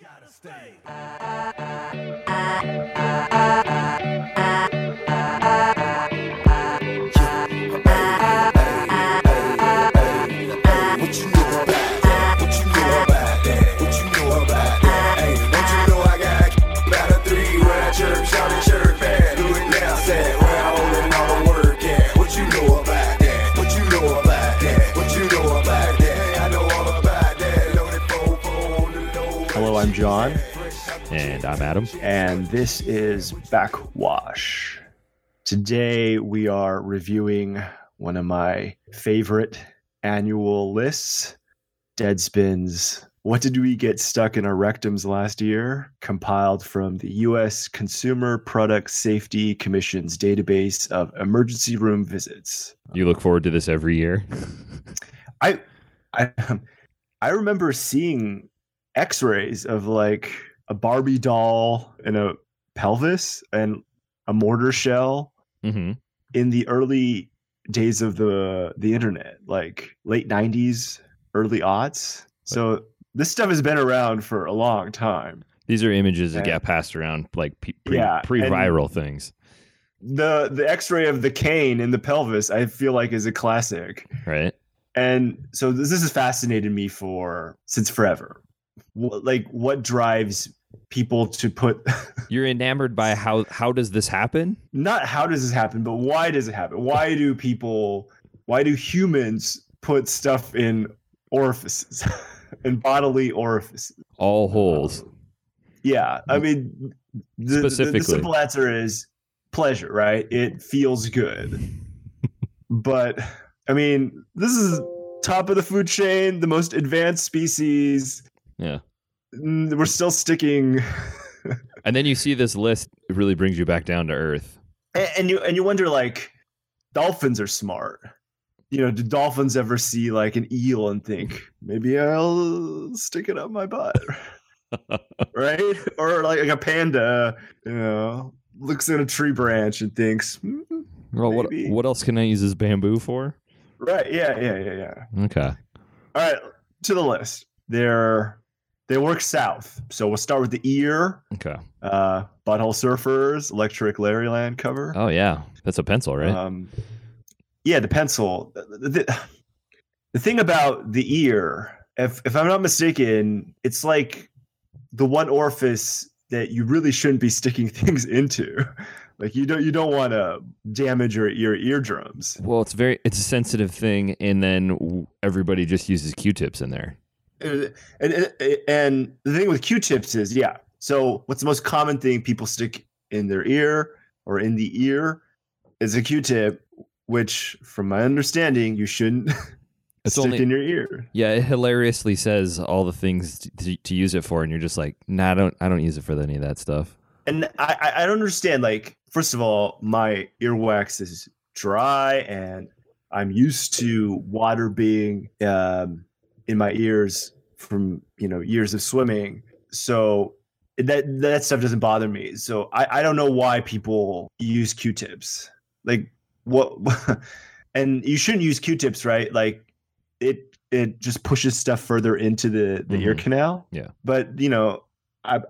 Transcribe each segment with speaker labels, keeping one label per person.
Speaker 1: gotta stay.
Speaker 2: What you know about that? What you know about that? What you know about that? Hey, don't you know I got about a three when I chirp, shout and chirp back. Do it now, sad. Where I hold it all the work at. What you know about that? What you know about that? What you know about that? I know all about that. Loaded four, four on the low.
Speaker 3: Hello, I'm John,
Speaker 4: And I'm Adam.
Speaker 3: and this is Backwash. Today we are reviewing one of my favorite annual lists, Deadspin's What Did We Get Stuck in Our Rectums Last Year? compiled from the U.S. Consumer Product Safety Commission's database of emergency room visits.
Speaker 4: You look forward to this every year.
Speaker 3: I I um, I remember seeing x-rays of like a Barbie doll and a pelvis and a mortar shell
Speaker 4: hmm
Speaker 3: in the early days of the the internet, like late 90s, early aughts. So this stuff has been around for a long time.
Speaker 4: These are images that
Speaker 3: Yeah.
Speaker 4: got passed around like pe- pre
Speaker 3: Yeah, and-
Speaker 4: pre-viral things,
Speaker 3: The the x-ray of the cane in the pelvis I feel like is a classic.
Speaker 4: right?
Speaker 3: And so this, this has fascinated me for since forever. Wh- Like what drives people to put
Speaker 4: You're enamored by how how does this happen?
Speaker 3: not how does this happen, but why does it happen? Why do people why do humans put stuff in orifices in bodily orifices?
Speaker 4: All holes.
Speaker 3: Yeah, I mean the, the- the,
Speaker 4: Specifically.
Speaker 3: simple answer is pleasure, right? It feels good. but I mean, this is top of the food chain, the most advanced species.
Speaker 4: Yeah.
Speaker 3: Mm, We're still sticking
Speaker 4: And then you see this list, it really brings you back down to earth.
Speaker 3: and, and you and you wonder like dolphins are smart you know do dolphins ever see like an eel and think maybe i'll stick it up my butt right or like, like a panda you know looks at a tree branch and thinks hmm,
Speaker 4: Well, what
Speaker 3: Maybe.
Speaker 4: what else can I use this bamboo for?
Speaker 3: right yeah yeah yeah yeah
Speaker 4: Okay.
Speaker 3: all right to the list they're they work south so we'll start with the ear
Speaker 4: Okay.
Speaker 3: uh butthole surfers electric larryland cover
Speaker 4: Oh yeah, that's a pencil, right?
Speaker 3: Um, yeah, the pencil. The, the, the thing about the ear, if if I'm not mistaken, it's like the one orifice that you really shouldn't be sticking things into. Like you don't you don't want to damage your your eardrums.
Speaker 4: well, it's very it's a sensitive thing, and then w- everybody just uses Q-tips in there.
Speaker 3: Uh, And, and and the thing with Q-tips is, yeah. So what's the most common thing people stick in their ear or in the ear is a Q-tip, which, from my understanding, you shouldn't
Speaker 4: It's
Speaker 3: stick
Speaker 4: only
Speaker 3: in your ear.
Speaker 4: Yeah, it hilariously says all the things t- to, to use it for, and you're just like, nah, I don't, I don't use it for any of that stuff.
Speaker 3: And I, I I don't understand. Like, first of all, my earwax is dry, and I'm used to water being um, in my ears from you know years of swimming. So that that stuff doesn't bother me. So I, I don't know why people use Q-tips. Like what? and you shouldn't use Q-tips, right? Like it it just pushes stuff further into the the ear
Speaker 4: Mhm.
Speaker 3: canal.
Speaker 4: Yeah.
Speaker 3: But you know, I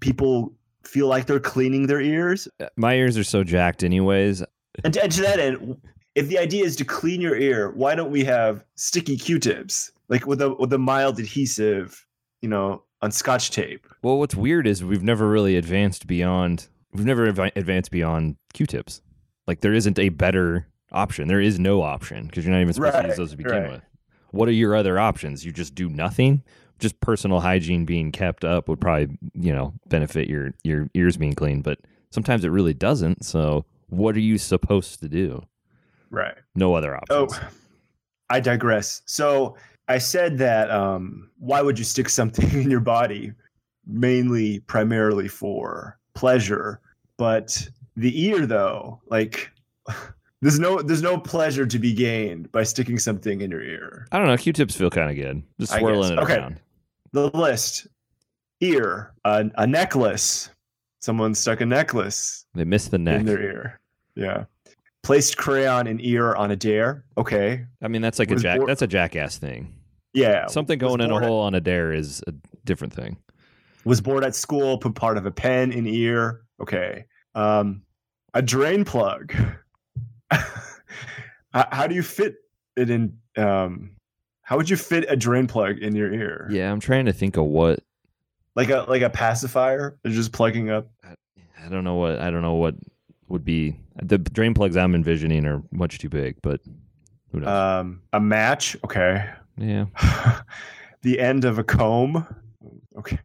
Speaker 3: people feel like they're cleaning their ears.
Speaker 4: Uh, My ears are so jacked, anyways.
Speaker 3: And to, and to that end, if the idea is to clean your ear, why don't we have sticky Q-tips, like with a with a mild adhesive, you know, on Scotch tape?
Speaker 4: Well, what's weird is we've never really advanced beyond, we've never adv- advanced beyond Q-tips. Like there isn't a better option. There is no option because you're not even supposed to
Speaker 3: Right,
Speaker 4: use those to begin
Speaker 3: right.
Speaker 4: with. What are your other options? You just do nothing. Just personal hygiene being kept up would probably, you know, benefit your your ears being clean, but sometimes it really doesn't. So, what are you supposed to do?
Speaker 3: Right.
Speaker 4: No other
Speaker 3: Oh,
Speaker 4: options.
Speaker 3: I digress. So I said that um, why would you stick something in your body, mainly, primarily for pleasure? But the ear, though, like there's no there's no pleasure to be gained by sticking something in your ear.
Speaker 4: I don't know. Q-tips feel kind of good. Just
Speaker 3: I
Speaker 4: swirling
Speaker 3: guess.
Speaker 4: it
Speaker 3: Okay.
Speaker 4: around.
Speaker 3: The list: ear, a, a necklace. Someone stuck a necklace
Speaker 4: They miss the
Speaker 3: in
Speaker 4: neck.
Speaker 3: their ear. Yeah. Placed crayon in ear on a dare. Okay.
Speaker 4: I mean, that's like a
Speaker 3: Was
Speaker 4: jack.
Speaker 3: bor-
Speaker 4: that's a jackass thing.
Speaker 3: Yeah.
Speaker 4: Something
Speaker 3: was
Speaker 4: going in a
Speaker 3: born-
Speaker 4: hole on a dare is a different thing.
Speaker 3: Was bored at school, put part of a pen in ear. Okay. Um, a drain plug. how, how do you fit it in? Um, how would you fit a drain plug in your ear?
Speaker 4: Yeah, I'm trying to think of what
Speaker 3: Like a like a pacifier? They're just plugging up.
Speaker 4: I don't know what I don't know what would be the drain plugs I'm envisioning are much too big, but who knows?
Speaker 3: Um, a match. Okay.
Speaker 4: yeah,
Speaker 3: the end of a comb. Okay.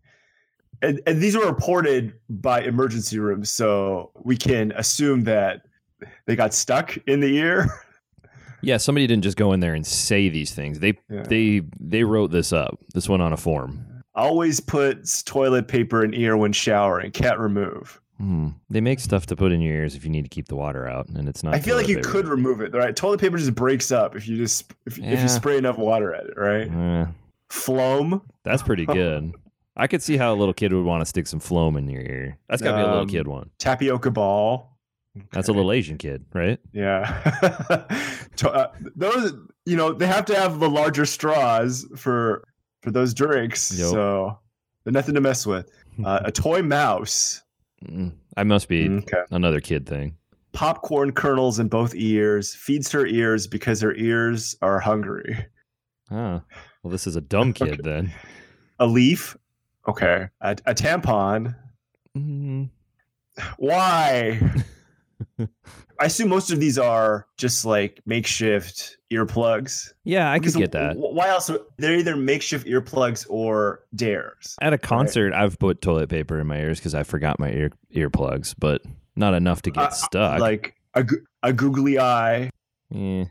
Speaker 3: And, and these were reported by emergency rooms, so we can assume that they got stuck in the ear.
Speaker 4: yeah. Somebody didn't just go in there and say these things. They
Speaker 3: Yeah.
Speaker 4: they they wrote this up. This one on a form.
Speaker 3: Always puts toilet paper in ear when showering. Can't remove.
Speaker 4: Hmm. They make stuff to put in your ears if you need to keep the water out, and it's not.
Speaker 3: I feel like you
Speaker 4: toilet paper.
Speaker 3: could remove it, right? Toilet paper just breaks up if you just if, if
Speaker 4: Yeah.
Speaker 3: you spray enough water at it, right?
Speaker 4: Eh,
Speaker 3: Phloem.
Speaker 4: that's pretty good. I could see how a little kid would want to stick some phloem in your ear. That's got to be a little
Speaker 3: Um,
Speaker 4: kid one.
Speaker 3: tapioca ball.
Speaker 4: That's a little Asian kid, right?
Speaker 3: Yeah. To- uh, those, you know, they have to have the larger straws for for those drinks.
Speaker 4: Yup.
Speaker 3: So they're nothing to mess with. Uh, a toy mouse.
Speaker 4: Mm, I must be
Speaker 3: Okay.
Speaker 4: another kid thing.
Speaker 3: Popcorn kernels in both ears. Feeds her ears because her ears are hungry.
Speaker 4: Ah, well, this is a dumb kid then.
Speaker 3: A leaf. Okay. A, a tampon.
Speaker 4: Mm,
Speaker 3: Why? I assume most of these are just like makeshift earplugs.
Speaker 4: yeah, I could
Speaker 3: Because
Speaker 4: get that.
Speaker 3: w- Why else? would- They're either makeshift earplugs or dares.
Speaker 4: At a concert, I've put toilet paper in my ears because I forgot my ear earplugs, but not enough to
Speaker 3: Uh,
Speaker 4: get
Speaker 3: uh,
Speaker 4: stuck.
Speaker 3: like a, g- a googly eye,
Speaker 4: Eh.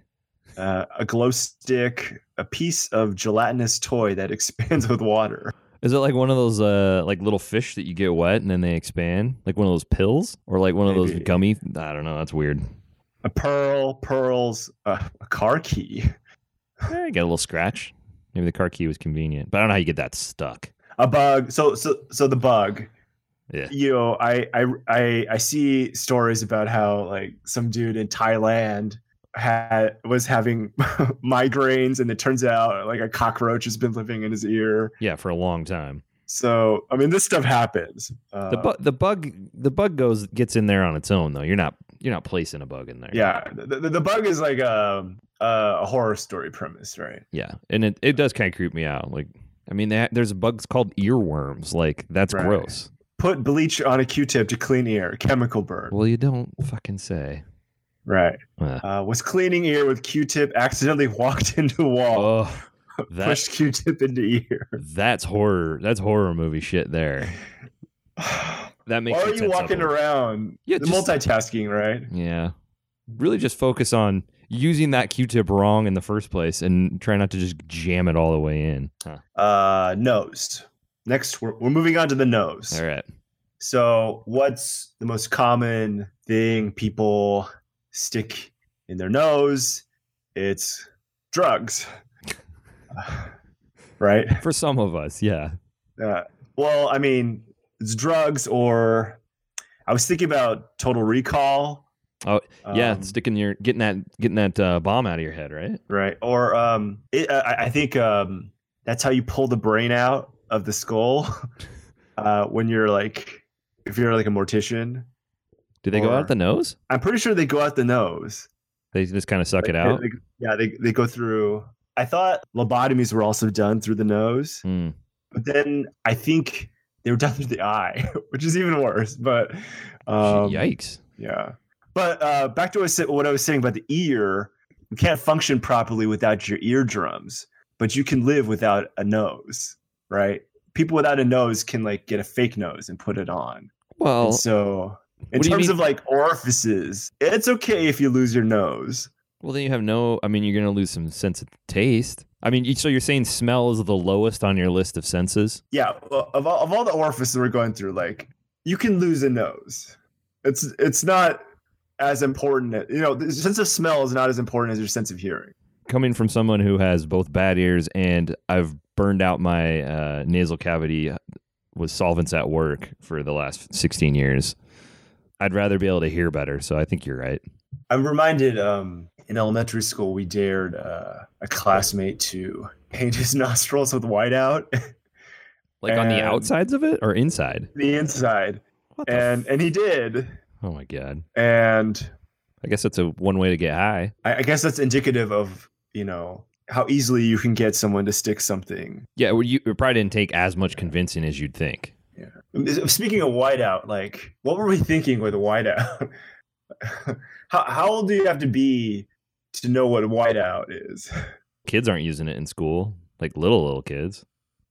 Speaker 3: uh, a glow stick, a piece of gelatinous toy that expands with water.
Speaker 4: Is it like one of those uh like little fish that you get wet and then they expand? Like one of those pills? Or like one of those
Speaker 3: Maybe.
Speaker 4: gummy I don't know, that's weird.
Speaker 3: A pearl, pearls, uh, a car key,
Speaker 4: Eh, get a little scratch. Maybe the car key was convenient. But I don't know how you get that stuck.
Speaker 3: a bug. So, so, so the bug.
Speaker 4: Yeah.
Speaker 3: You know, I, I, I, I see stories about how like some dude in Thailand had was having migraines, and it turns out like a cockroach has been living in his ear.
Speaker 4: Yeah, for a long time.
Speaker 3: So, I mean, this stuff happens. Uh,
Speaker 4: The bu- the bug the bug goes gets in there on its own though. You're not you're not placing a bug in there.
Speaker 3: yeah the, the- the bug is like a, a horror story premise right
Speaker 4: Yeah, and it, it does kind of creep me out. Like, I mean, they, ha- there's bugs called earworms. Like, that's
Speaker 3: Right.
Speaker 4: gross.
Speaker 3: put bleach on a q-tip to clean ear chemical burn
Speaker 4: Well, you don't fucking say.
Speaker 3: right
Speaker 4: Uh,
Speaker 3: uh, was cleaning ear with q-tip accidentally walked into wall
Speaker 4: oh, that,
Speaker 3: pushed q-tip into ear
Speaker 4: that's horror. That's horror movie shit. There, that
Speaker 3: or
Speaker 4: makes.
Speaker 3: are
Speaker 4: it
Speaker 3: you walking
Speaker 4: sensible.
Speaker 3: around
Speaker 4: Yeah,
Speaker 3: the
Speaker 4: just-
Speaker 3: multitasking right
Speaker 4: Yeah, really, just focus on using that Q-tip wrong in the first place, and try not to just jam it all the way in. Huh.
Speaker 3: uh nose next we're, we're moving on to the nose
Speaker 4: All right.
Speaker 3: So, what's the most common thing people stick in their nose? It's drugs, right?
Speaker 4: For some of us, yeah.
Speaker 3: Uh, well, I mean, it's drugs, or I was thinking about Total Recall.
Speaker 4: Oh, yeah,
Speaker 3: Um,
Speaker 4: sticking your getting that getting that uh, bomb out of your head, right?
Speaker 3: right. Or um, it, I, I think um, that's how you pull the brain out of the skull uh, when you're like, if you're like a mortician.
Speaker 4: Do they go
Speaker 3: Or-
Speaker 4: out the nose?
Speaker 3: I'm pretty sure they go out the nose.
Speaker 4: They just kind of suck it
Speaker 3: They-
Speaker 4: out.
Speaker 3: they- yeah, they, they go through. I thought lobotomies were also done through the nose,
Speaker 4: Hmm.
Speaker 3: but then I think they were done through the eye, which is even worse. But um,
Speaker 4: Yikes.
Speaker 3: yeah. But uh, back to what I said- what I was saying about the ear, you can't function properly without your eardrums, but you can live without a nose, right? People without a nose can like get a fake nose and put it on.
Speaker 4: Well,
Speaker 3: And so, in
Speaker 4: What do you
Speaker 3: terms
Speaker 4: mean-
Speaker 3: of like orifices, it's okay if you lose your nose.
Speaker 4: well, then you have no. I mean, you're going to lose some sense of taste. I mean, you- so you're saying smell is the lowest on your list of senses?
Speaker 3: yeah well, of all, of all the orifices we're going through like you can lose a nose it's it's not as important you know the sense of smell is not as important as your sense of hearing
Speaker 4: Coming from someone who has both bad ears and I've burned out my uh, nasal cavity with solvents at work for the last 16 years, I'd rather be able to hear better. So I think you're right.
Speaker 3: i'm reminded um in elementary school we dared uh, a classmate to paint his nostrils with whiteout
Speaker 4: Like on the
Speaker 3: And-
Speaker 4: outsides of it or inside?
Speaker 3: the inside,
Speaker 4: What the
Speaker 3: and and he did,
Speaker 4: oh my god!
Speaker 3: and
Speaker 4: I guess that's a one way to get high.
Speaker 3: I, I guess that's indicative of you know how easily you can get someone to stick something.
Speaker 4: Yeah, well, you it probably didn't take as much convincing as you'd think.
Speaker 3: Speaking of whiteout, like what were we thinking with whiteout? how how old do you have to be to know what whiteout is?
Speaker 4: Kids aren't using it in school, like little little kids.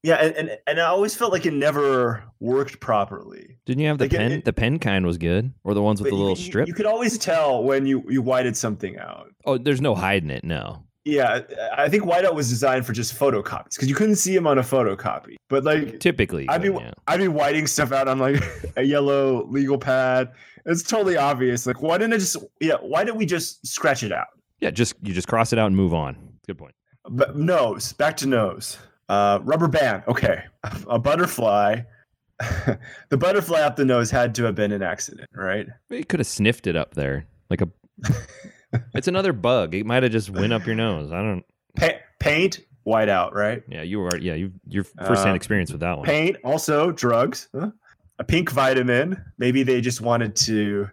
Speaker 3: Yeah, and, and and I always felt like it never worked properly.
Speaker 4: Didn't you have the
Speaker 3: Like, it-
Speaker 4: pen?
Speaker 3: it-
Speaker 4: the pen kind was good, or the ones with
Speaker 3: But
Speaker 4: the
Speaker 3: you-
Speaker 4: little
Speaker 3: you-
Speaker 4: strip.
Speaker 3: You could always tell when you you whited something out.
Speaker 4: oh, there's no hiding it. No,
Speaker 3: Yeah, I I think whiteout was designed for just photocopies because you couldn't see him on a photocopy. But like,
Speaker 4: typically.
Speaker 3: I
Speaker 4: but
Speaker 3: mean,
Speaker 4: yeah.
Speaker 3: I'd be whiting stuff out on like a yellow legal pad. It's totally obvious. Like, why didn't I just? Yeah, why didn't we just scratch it out?
Speaker 4: yeah, just you just cross it out and move on. Good point.
Speaker 3: But nose, back to nose. Uh, rubber band. Okay, a butterfly. the butterfly up the nose had to have been an accident, right?
Speaker 4: It could have sniffed it up there, like a. it's another bug. It might have just went up your nose. I don't.
Speaker 3: Pa- paint, white out, right?
Speaker 4: Yeah, you are. Yeah, you your first hand
Speaker 3: Uh,
Speaker 4: experience with that one.
Speaker 3: Paint, also drugs. Huh? A pink vitamin. Maybe they just wanted to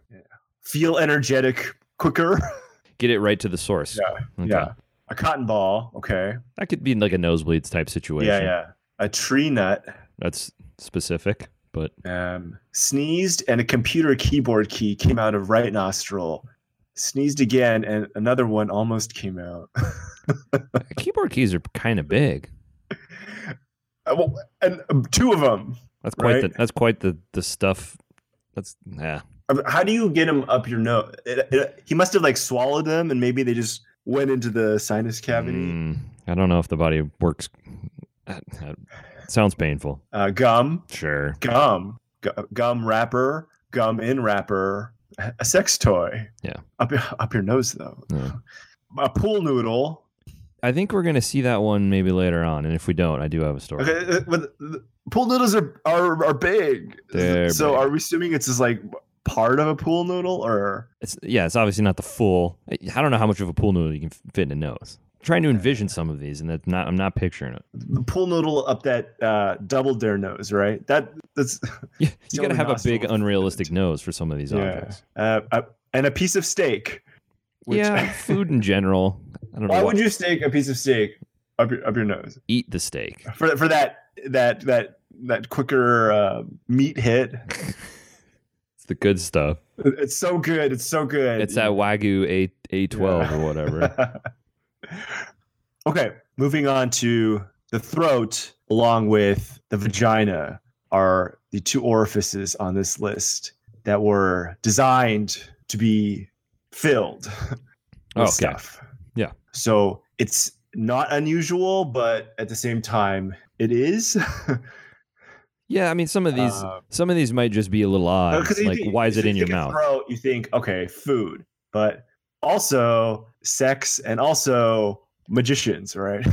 Speaker 3: feel energetic quicker.
Speaker 4: Get it right to the source. Yeah.
Speaker 3: Yeah. A cotton ball. Okay.
Speaker 4: That could be like a nosebleeds type situation.
Speaker 3: Yeah, yeah. A tree nut.
Speaker 4: That's specific, but
Speaker 3: Um, sneezed and a computer keyboard key came out of right nostril. Sneezed again and another one almost came out.
Speaker 4: keyboard keys are kind of big.
Speaker 3: Uh, well, and um, two of them.
Speaker 4: That's quite
Speaker 3: Right.
Speaker 4: the that's quite the the stuff. That's yeah.
Speaker 3: Um, How do you get them up your nose? It, it, he must have like swallowed them, and maybe they just went into the sinus cavity.
Speaker 4: Mm, I don't know if the body works. That, that sounds painful.
Speaker 3: Uh, gum,
Speaker 4: Sure.
Speaker 3: gum, gu- gum wrapper, gum in wrapper, a sex toy.
Speaker 4: Yeah.
Speaker 3: Up your- up your nose though.
Speaker 4: Yeah.
Speaker 3: A pool noodle.
Speaker 4: I think we're gonna see that one maybe later on, and if we don't, I do have a story.
Speaker 3: Okay, uh, but the- pool noodles are are, are big.
Speaker 4: They're
Speaker 3: so
Speaker 4: big.
Speaker 3: are we assuming it's just like part of a pool noodle, or
Speaker 4: It's, yeah, it's obviously not the full. I I don't know how much of a pool noodle you can fit in a nose. I'm trying to envision some of these, and that's not. I'm not picturing it.
Speaker 3: the pool noodle up that uh, double dare nose, right? That that's
Speaker 4: Yeah,
Speaker 3: It's the
Speaker 4: you gotta
Speaker 3: only
Speaker 4: have a
Speaker 3: nostril
Speaker 4: big,
Speaker 3: that's
Speaker 4: unrealistic nose for some of these objects.
Speaker 3: Uh, uh, and a piece of steak. Which,
Speaker 4: yeah, food in general. I don't know.
Speaker 3: why
Speaker 4: Why
Speaker 3: would you steak a piece of steak up your, up your nose
Speaker 4: eat the steak?
Speaker 3: for for that that that that quicker uh, meat hit?
Speaker 4: It's the good stuff.
Speaker 3: It's so good. It's so good.
Speaker 4: It's that wagyu a a twelve or whatever.
Speaker 3: okay, moving on to the throat, along with the vagina, are the two orifices on this list that were designed to be filled with
Speaker 4: Oh, okay.
Speaker 3: stuff.
Speaker 4: Yeah.
Speaker 3: So it's not unusual, but at the same time, it is.
Speaker 4: Yeah, I mean some of these
Speaker 3: Uh,
Speaker 4: some of these might just be a little odd.
Speaker 3: 'cause you
Speaker 4: like
Speaker 3: think-
Speaker 4: why is
Speaker 3: if
Speaker 4: it
Speaker 3: you
Speaker 4: in your
Speaker 3: think of
Speaker 4: mouth?
Speaker 3: Throat, you think, okay, food, but also sex and also magicians, right?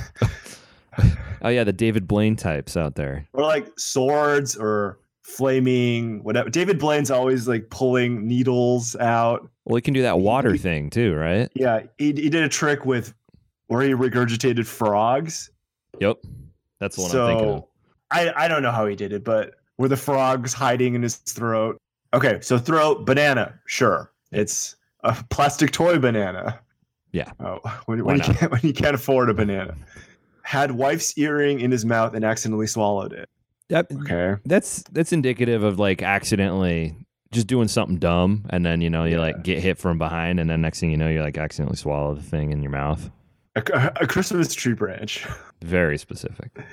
Speaker 4: Oh yeah, the David Blaine types out there.
Speaker 3: or like swords or flaming whatever. David Blaine's always like pulling needles out.
Speaker 4: Well, he can do that water thing too, right?
Speaker 3: Yeah, he, he did a trick with where he regurgitated frogs.
Speaker 4: Yep, that's the one I'm thinking of.
Speaker 3: So I I don't know how he did it, but were the frogs hiding in his throat? Okay, so throat banana, sure. It's a plastic toy banana.
Speaker 4: Yeah.
Speaker 3: Oh, when,
Speaker 4: Why
Speaker 3: when, you
Speaker 4: not?
Speaker 3: can't, when you can't afford a banana. Had wife's earring in his mouth and accidentally swallowed it.
Speaker 4: That-
Speaker 3: Okay.
Speaker 4: that's that's indicative of like accidentally just doing something dumb, and then you know you
Speaker 3: Yeah.
Speaker 4: like get hit from behind, and then next thing you know you like accidentally swallow the thing in your mouth.
Speaker 3: A, a Christmas tree branch.
Speaker 4: Very specific.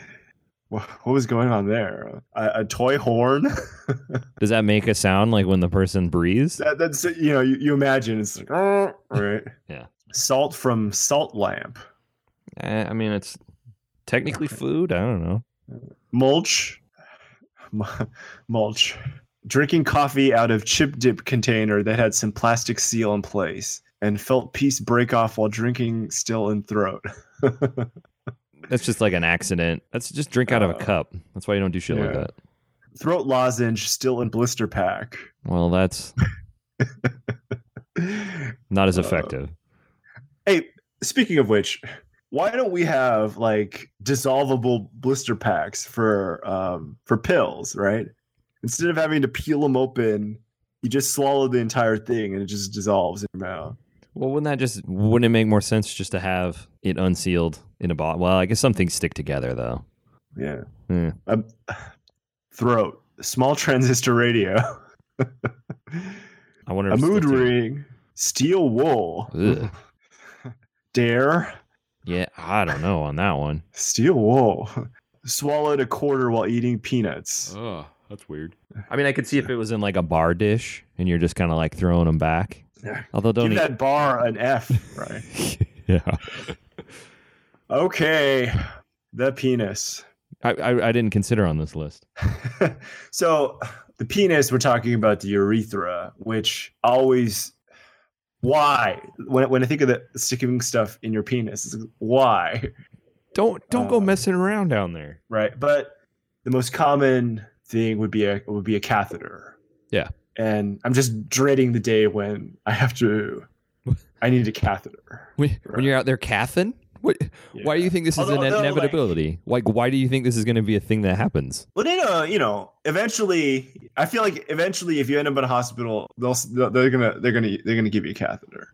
Speaker 3: Wha- what was going on there? A, a toy horn?
Speaker 4: Does that make a sound like when the person breathes?
Speaker 3: that, that's you know you, you imagine it's like "Ah," right?
Speaker 4: Yeah.
Speaker 3: Salt from salt lamp,
Speaker 4: Eh, I mean, it's technically food. I don't know.
Speaker 3: mulch, Mu- mulch, drinking coffee out of chip dip container that had some plastic seal in place, and felt piece break off while drinking still in throat.
Speaker 4: That's just like an accident. That's just drink out of a
Speaker 3: Uh,
Speaker 4: cup. That's why you don't do shit like
Speaker 3: yeah.
Speaker 4: that.
Speaker 3: Throat lozenge still in blister pack.
Speaker 4: Well, that's not as
Speaker 3: Uh,
Speaker 4: effective.
Speaker 3: Speaking of which, why don't we have like dissolvable blister packs for um for pills, right? Instead of having to peel them open, you just swallow the entire thing and it just dissolves in your mouth.
Speaker 4: Well, wouldn't that just wouldn't it make more sense just to have it unsealed in a bottle? Well, I guess some things stick together though.
Speaker 3: Yeah.
Speaker 4: Yeah.
Speaker 3: Um, throat, small transistor radio,
Speaker 4: I wonder.
Speaker 3: a
Speaker 4: if it's
Speaker 3: mood
Speaker 4: still-
Speaker 3: ring, steel wool,
Speaker 4: Ugh.
Speaker 3: dare,
Speaker 4: Yeah, I don't know on that one.
Speaker 3: steel wool, swallowed a quarter while eating peanuts.
Speaker 1: Oh, that's weird.
Speaker 4: I mean, I could see if it was in like a bar dish and you're just kind of like throwing them back.
Speaker 3: Yeah.
Speaker 4: Although don't
Speaker 3: Give
Speaker 4: eat.
Speaker 3: that bar an F, right?
Speaker 4: yeah,
Speaker 3: Okay, the penis.
Speaker 4: I, I I didn't consider on this list.
Speaker 3: so the penis we're talking about the urethra which always why when, when i think of the sticking stuff in your penis it's like, why
Speaker 4: Don't don't go
Speaker 3: Um,
Speaker 4: messing around down there.
Speaker 3: right but the most common thing would be a would be a catheter
Speaker 4: Yeah.
Speaker 3: and i'm just dreading the day when i have to i need a catheter
Speaker 4: When, when you're out there caffing, what, why do you think this is
Speaker 3: Although-
Speaker 4: an
Speaker 3: although, like-
Speaker 4: inevitability? Like, why do you think this is going to be a thing that happens?
Speaker 3: Well, then, uh, you know, eventually, I feel like eventually, if you end up in a hospital, they'll s- they're gonna they're gonna they're gonna give you a catheter.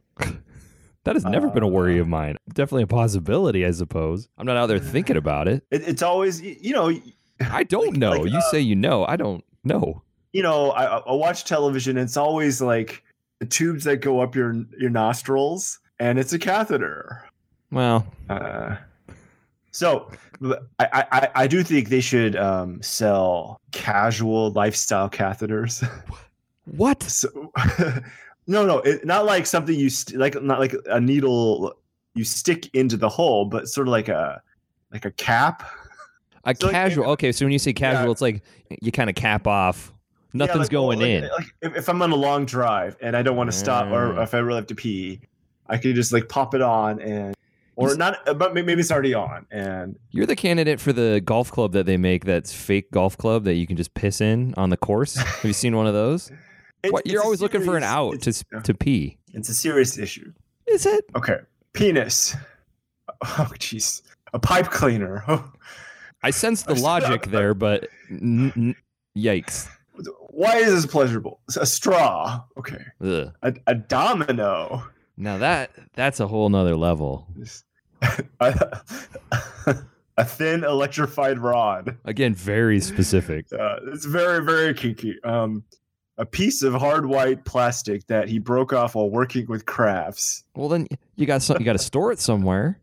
Speaker 4: That has never been a worry
Speaker 3: Uh,
Speaker 4: of mine. Definitely a possibility, I suppose. I'm not out there thinking about it.
Speaker 3: It, it's always y- you know you
Speaker 4: I don't
Speaker 3: Like-
Speaker 4: know.
Speaker 3: like, uh
Speaker 4: you say you know. I don't know.
Speaker 3: know I, I watch television. It's always like the tubes that go up your your nostrils, and it's a catheter.
Speaker 4: Well,
Speaker 3: Uh, so I, I I- I do think they should um, sell casual lifestyle catheters.
Speaker 4: what?
Speaker 3: So, no, no, it, not like something you st- like, not like a needle you stick into the hole, but sort of like a like a cap.
Speaker 4: A
Speaker 3: So, like,
Speaker 4: casual. okay, so when you say casual, it's like you kind of cap off. Nothing's
Speaker 3: Yeah, like,
Speaker 4: going
Speaker 3: like- uh,
Speaker 4: in.
Speaker 3: Like if, if I'm on a long drive and I don't want to stop, or
Speaker 4: Mm.
Speaker 3: if I really have to pee, I could just like pop it on and.
Speaker 4: You
Speaker 3: Or
Speaker 4: s-
Speaker 3: not, but may- maybe it's already on, and
Speaker 4: You're the candidate for the golf club that they make that's fake golf club that you can just piss in on the course. Have you seen one of those?
Speaker 3: it's-
Speaker 4: what,
Speaker 3: it's
Speaker 4: you're
Speaker 3: a
Speaker 4: always looking for an
Speaker 3: serious-
Speaker 4: out to
Speaker 3: It's,
Speaker 4: s- to pee.
Speaker 3: it's a serious issue.
Speaker 4: Is it?
Speaker 3: Okay, penis. Oh, jeez, a pipe cleaner.
Speaker 4: I sense the logic there, but n- n- yikes.
Speaker 3: Why is this pleasurable? A straw. Okay.
Speaker 4: Ugh.
Speaker 3: a, a domino.
Speaker 4: Now that that's a whole nother level.
Speaker 3: a, a thin electrified rod.
Speaker 4: Again, very specific.
Speaker 3: Uh, it's very, very kinky. Um, a piece of hard white plastic that he broke off while working with crafts.
Speaker 4: Well, then you got some, you got to store it somewhere,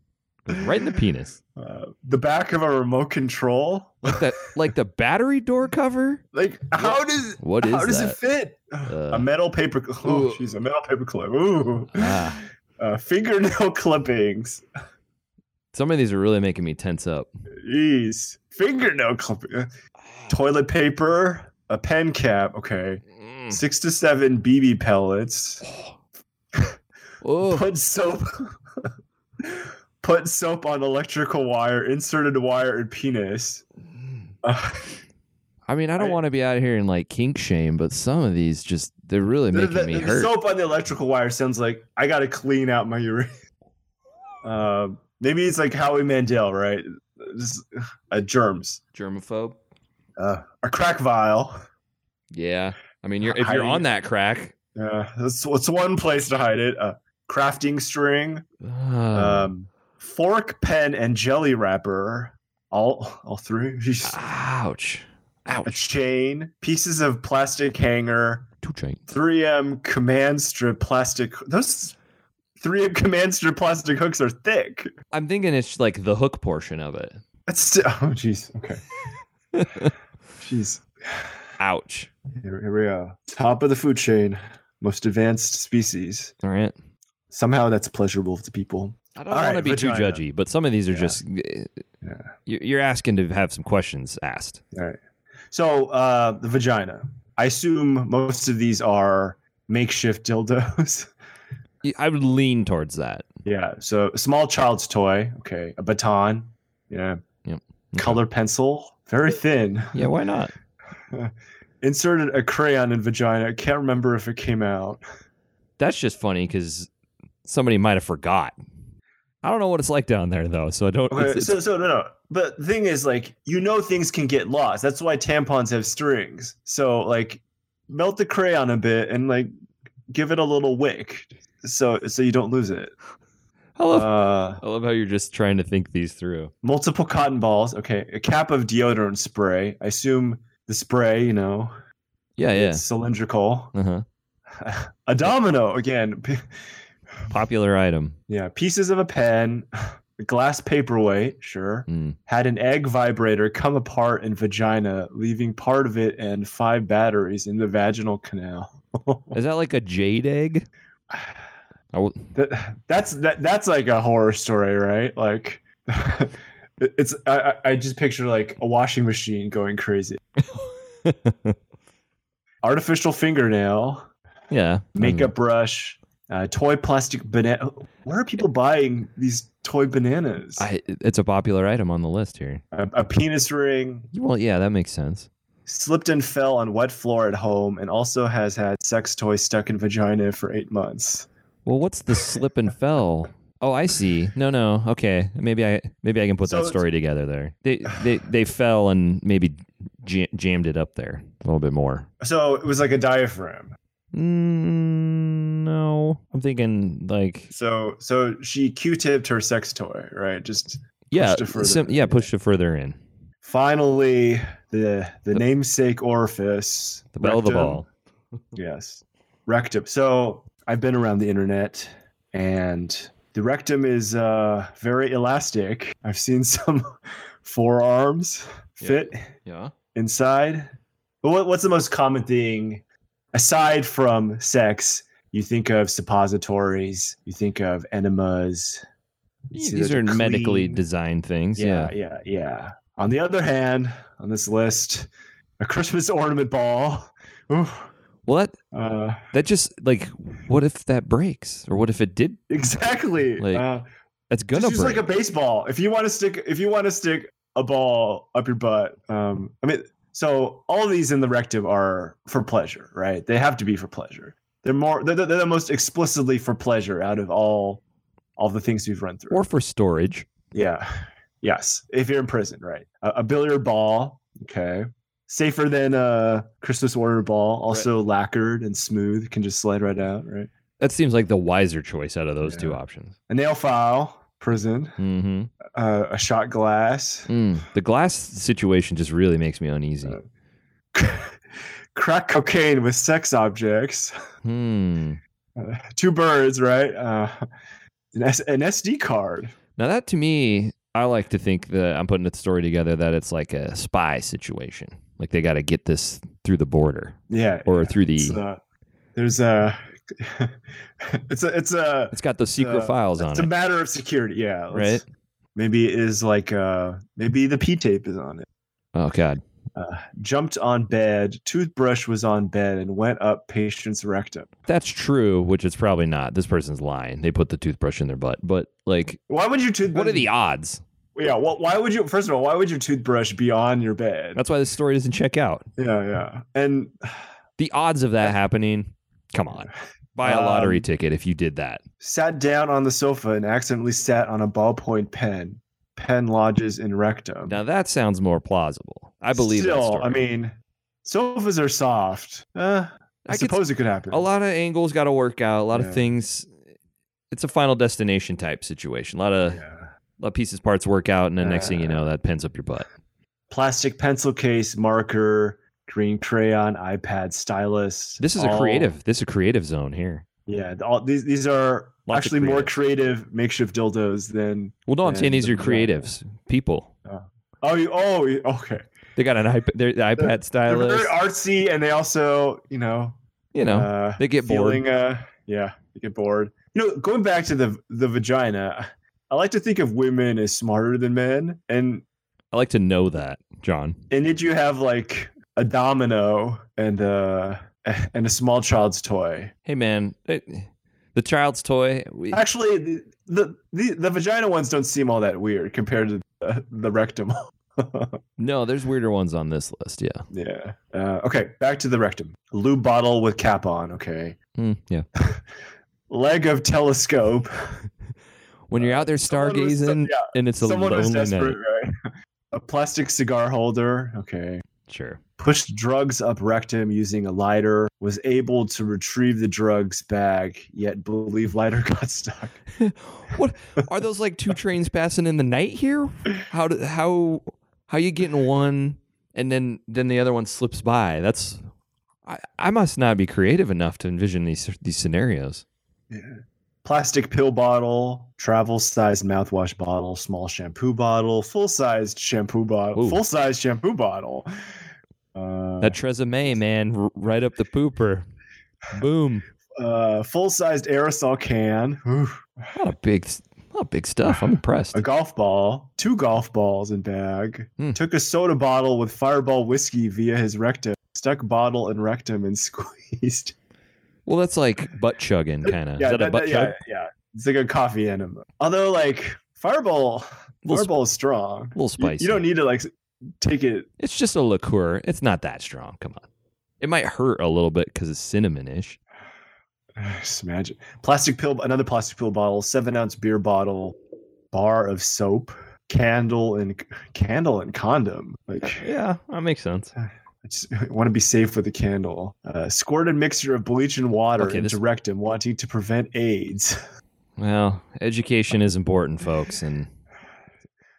Speaker 4: right in the penis,
Speaker 3: Uh, the back of a remote control.
Speaker 4: like that, like the battery door cover.
Speaker 3: Like, how does
Speaker 4: What is
Speaker 3: how does
Speaker 4: that?
Speaker 3: it fit?
Speaker 4: Uh,
Speaker 3: a metal paper. Oh,
Speaker 4: ooh.
Speaker 3: jeez, a metal paper clip. Ooh.
Speaker 4: Ah.
Speaker 3: Uh, fingernail clippings.
Speaker 4: Some of these are really making me tense up.
Speaker 3: Jeez. Fingernail clipping.
Speaker 4: Ah.
Speaker 3: Toilet paper. A pen cap. Okay.
Speaker 4: Mm.
Speaker 3: six to seven BB pellets.
Speaker 4: Oh,
Speaker 3: Put soap. put soap on electrical wire. Inserted wire in penis.
Speaker 4: Hmm.
Speaker 3: Uh,
Speaker 4: I mean, I don't
Speaker 3: I-
Speaker 4: want to be out here in like kink shame, but some of these just they're really
Speaker 3: the,
Speaker 4: making
Speaker 3: the-
Speaker 4: me
Speaker 3: the
Speaker 4: hurt.
Speaker 3: soap on the electrical wire sounds like I got to clean out my urine. Um, maybe it's like Howie Mandel, right? Just, uh, germs.
Speaker 4: Germaphobe.
Speaker 3: Uh, a crack vial.
Speaker 4: Yeah, I mean, you're,
Speaker 3: H-
Speaker 4: if you're
Speaker 3: hiding
Speaker 4: on that crack,
Speaker 3: Uh, that's, that's one place to hide it. Uh, crafting string.
Speaker 4: Ah.
Speaker 3: um, fork, pen, and jelly wrapper. All, all three.
Speaker 4: ouch,
Speaker 3: A
Speaker 4: ouch,
Speaker 3: chain, pieces of plastic hanger,
Speaker 4: two chain.
Speaker 3: 3M command strip plastic. Those 3M command strip plastic hooks are thick.
Speaker 4: I'm thinking it's like the hook portion of it.
Speaker 3: That's st- oh jeez. Okay. jeez.
Speaker 4: Ouch.
Speaker 3: Here, here we go. Top of the food chain, most advanced species.
Speaker 4: All right.
Speaker 3: Somehow that's pleasurable to people.
Speaker 4: I don't
Speaker 3: All
Speaker 4: want to
Speaker 3: right,
Speaker 4: be too
Speaker 3: vagina.
Speaker 4: judgy, but some of these are
Speaker 3: Yeah.
Speaker 4: just
Speaker 3: Yeah.
Speaker 4: you- you're asking to have some questions asked.
Speaker 3: All right. So uh, the vagina. I assume most of these are makeshift dildos.
Speaker 4: Y- I would lean towards that.
Speaker 3: Yeah. So a small child's toy. Okay. A baton. Yeah.
Speaker 4: Yep.
Speaker 3: Color pencil. Very thin.
Speaker 4: Yeah, why not?
Speaker 3: Inserted a crayon in vagina. I can't remember if it came out.
Speaker 4: That's just funny because somebody might have forgot. I don't know what it's like down there though, so I don't.
Speaker 3: Okay,
Speaker 4: it's- it's-
Speaker 3: so so no no. But the thing is, like, you know, things can get lost. That's why tampons have strings. So like, melt the crayon a bit and like, give it a little wick, so so you don't lose it.
Speaker 4: I love.
Speaker 3: Uh,
Speaker 4: I love how you're just trying to think these through.
Speaker 3: multiple cotton balls. Okay, a cap of deodorant spray. I assume the spray, you know,
Speaker 4: Yeah, yeah.
Speaker 3: it's cylindrical.
Speaker 4: Uh huh.
Speaker 3: A domino again.
Speaker 4: Popular item.
Speaker 3: Yeah, pieces of a pen, a glass paperweight. Sure.
Speaker 4: Mm.
Speaker 3: had an egg vibrator come apart in vagina, leaving part of it and five batteries in the vaginal canal.
Speaker 4: Is that like a jade egg? I w-
Speaker 3: That- that's that, that's like a horror story, right? Like it- it's I, I- I just picture like a washing machine going crazy. Artificial fingernail,
Speaker 4: yeah.
Speaker 3: makeup brush, uh, toy plastic banana. Where are people buying these toy bananas?
Speaker 4: I, it's a popular item on the list here.
Speaker 3: A- a penis ring,
Speaker 4: Well, yeah, that makes sense.
Speaker 3: slipped and fell on wet floor at home and also has had sex toy stuck in vagina for eight months
Speaker 4: Well, what's the slip and fell? Oh, I see. No, no. Okay, maybe I maybe I can put
Speaker 3: So
Speaker 4: that
Speaker 3: it's-
Speaker 4: story together. There, they they they fell and maybe jam- jammed it up there a little bit more.
Speaker 3: so it was like a diaphragm
Speaker 4: Mm, no, I'm thinking like
Speaker 3: so so she q-tipped her sex toy right just
Speaker 4: yeah,
Speaker 3: Pushed it further
Speaker 4: sim-
Speaker 3: in.
Speaker 4: yeah, pushed it further in
Speaker 3: finally the the namesake orifice
Speaker 4: the bell of the
Speaker 3: rectum.
Speaker 4: ball.
Speaker 3: yes rectum so i've been around the internet and the rectum is uh very elastic i've seen some forearms
Speaker 4: Yeah.
Speaker 3: fit
Speaker 4: Yeah.
Speaker 3: inside. But what, what's the most common thing aside from sex? You think of suppositories. You think of enemas. you see
Speaker 4: These
Speaker 3: that
Speaker 4: are
Speaker 3: they're
Speaker 4: medically
Speaker 3: clean.
Speaker 4: designed things.
Speaker 3: Yeah,
Speaker 4: Yeah.
Speaker 3: yeah, yeah. On the other hand, on this list, a Christmas ornament ball. Ooh,
Speaker 4: Well, that
Speaker 3: uh,
Speaker 4: that just like what if that breaks or what if it did?
Speaker 3: exactly.
Speaker 4: Like,
Speaker 3: uh,
Speaker 4: That's gonna
Speaker 3: just use
Speaker 4: break.
Speaker 3: like a baseball. If you want to stick, if you want to stick a ball up your butt. Um, I mean, so all these in the rectum are for pleasure, right? They have to be for pleasure. They're more. They're, they're the most explicitly for pleasure out of all, all the things we've run through.
Speaker 4: or for storage.
Speaker 3: yeah, yes. If you're in prison, right? A, a billiard ball, okay, safer than a Christmas order ball. Also lacquered and smooth, can just slide right out, right?
Speaker 4: That seems like the wiser choice out of those two
Speaker 3: Yeah.
Speaker 4: options.
Speaker 3: A nail file, prison,
Speaker 4: Mm-hmm.
Speaker 3: uh, a shot glass.
Speaker 4: Mm. The glass situation just really makes me uneasy.
Speaker 3: Uh, crack cocaine with sex objects.
Speaker 4: Hmm.
Speaker 3: Uh, two birds, right? Uh, an, S- an SD card.
Speaker 4: Now that to me, I like to think that I'm putting the story together that it's like a spy situation. Like they got to get this through the border
Speaker 3: Yeah.
Speaker 4: or through the.
Speaker 3: It's, uh, there's a. it's a. It's a.
Speaker 4: it's got those secret
Speaker 3: uh,
Speaker 4: files on
Speaker 3: It's a
Speaker 4: it,
Speaker 3: matter of security. Yeah.
Speaker 4: right?
Speaker 3: let's- Maybe it is like. Uh, maybe the P tape is on it.
Speaker 4: Oh God.
Speaker 3: Jumped on bed. Toothbrush was on bed and went up patient's rectum.
Speaker 4: That's true, which it's probably not. This person's lying. They put the toothbrush in their butt, but like,
Speaker 3: Why would your toothbrush?
Speaker 4: what are the odds?
Speaker 3: Yeah. What, why would you? First of all, why would your toothbrush be on your bed?
Speaker 4: That's why this story doesn't check out.
Speaker 3: yeah. Yeah. And
Speaker 4: The odds of that happening, come on. Buy a lottery
Speaker 3: Um,
Speaker 4: ticket if you did that.
Speaker 3: sat down on the sofa and accidentally sat on a ballpoint pen. Pen lodges in rectum.
Speaker 4: Now that sounds more plausible. I believe that
Speaker 3: Still,
Speaker 4: story.
Speaker 3: I mean, sofas are soft. Uh, I,
Speaker 4: I could-
Speaker 3: suppose it could happen.
Speaker 4: a lot of angles got to work out. A lot
Speaker 3: Yeah.
Speaker 4: of things. It's a final destination type situation. A lot of,
Speaker 3: Yeah.
Speaker 4: lot of pieces, parts work out, and then next thing you know, that pins up your butt.
Speaker 3: Plastic pencil case, marker, green crayon, iPad, stylus.
Speaker 4: This is a
Speaker 3: all-
Speaker 4: creative. This is a creative zone here.
Speaker 3: Yeah, all, these these are
Speaker 4: Lots of
Speaker 3: actually more creative makeshift dildos than.
Speaker 4: Well, no, I'm
Speaker 3: Yeah,
Speaker 4: saying these are
Speaker 3: it's a drive.
Speaker 4: creatives, people.
Speaker 3: Oh, you, oh, you- okay.
Speaker 4: They got an iPad, their the iPad
Speaker 3: They're
Speaker 4: stylus.
Speaker 3: very artsy, and they also, you know,
Speaker 4: you know,
Speaker 3: uh,
Speaker 4: they get bored.
Speaker 3: feeling uh yeah you get bored you know going back to the the vagina i like to think of women as smarter than men and
Speaker 4: I like to know that, John.
Speaker 3: and did you have like a domino and uh and a small child's toy
Speaker 4: Hey, man, eh, the child's toy. We,
Speaker 3: actually the the the, the vagina ones don't seem all that weird compared to the, the rectum
Speaker 4: no, there's weirder ones on this list. Yeah.
Speaker 3: yeah uh, okay back to the rectum lube bottle with
Speaker 4: Hmm,
Speaker 3: cap on okay
Speaker 4: Mm, yeah.
Speaker 3: leg Uh, of telescope
Speaker 4: when you're out there
Speaker 3: Someone was-
Speaker 4: stargazing
Speaker 3: yeah,
Speaker 4: and it's a
Speaker 3: someone was
Speaker 4: lonely night.
Speaker 3: desperate, right? A plastic cigar holder. Okay.
Speaker 4: Sure.
Speaker 3: Pushed drugs up rectum using a lighter. Was able to retrieve the drugs bag, yet believe lighter got stuck.
Speaker 4: What are those like two trains passing in the night here? How do, how how you getting one and then then the other one slips by? That's I, I must not be creative enough to envision these these scenarios.
Speaker 3: Plastic pill bottle, travel sized mouthwash bottle, small shampoo bottle, full sized shampoo bottle,
Speaker 4: Ooh.
Speaker 3: full sized shampoo bottle. Uh,
Speaker 4: That Tresemme man, r- right up the pooper. Boom.
Speaker 3: uh, full sized aerosol can, oof,
Speaker 4: Not a big not big stuff. I'm impressed.
Speaker 3: a golf ball, two golf balls in bag.
Speaker 4: Hmm.
Speaker 3: Took a soda bottle with fireball whiskey via his rectum. Stuck bottle in rectum and squeezed.
Speaker 4: Well, that's like butt chugging kind of. Is that, a butt
Speaker 3: yeah,
Speaker 4: chug?
Speaker 3: yeah. It's like a coffee enema. Although, like fireball,
Speaker 4: Little sp-
Speaker 3: fireball is strong.
Speaker 4: A little
Speaker 3: You-
Speaker 4: spicy.
Speaker 3: you don't need to like s- take it
Speaker 4: It's just a liqueur. It's not that strong. Come on. It might hurt a little bit because it's cinnamon-ish.
Speaker 3: Just imagine plastic pill, another plastic pill bottle, seven ounce beer bottle, bar of soap, candle and candle and condom. Like,
Speaker 4: Yeah, that makes sense.
Speaker 3: I just want to be safe with a candle. Uh, squirted mixture of bleach and water
Speaker 4: Okay,
Speaker 3: into
Speaker 4: this-
Speaker 3: rectum, wanting to prevent AIDS.
Speaker 4: Well, education is important, folks, and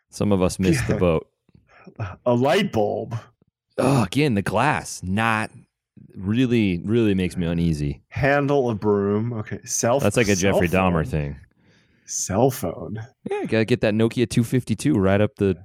Speaker 4: some of us missed the
Speaker 3: Yeah.
Speaker 4: boat.
Speaker 3: a light bulb,
Speaker 4: Oh, again, the glass not really, really makes me uneasy.
Speaker 3: handle of broom. Okay, cell.
Speaker 4: That's like a
Speaker 3: cell
Speaker 4: Jeffrey Dahmer
Speaker 3: phone.
Speaker 4: thing.
Speaker 3: Cell phone.
Speaker 4: Yeah, gotta get that Nokia 252 right up the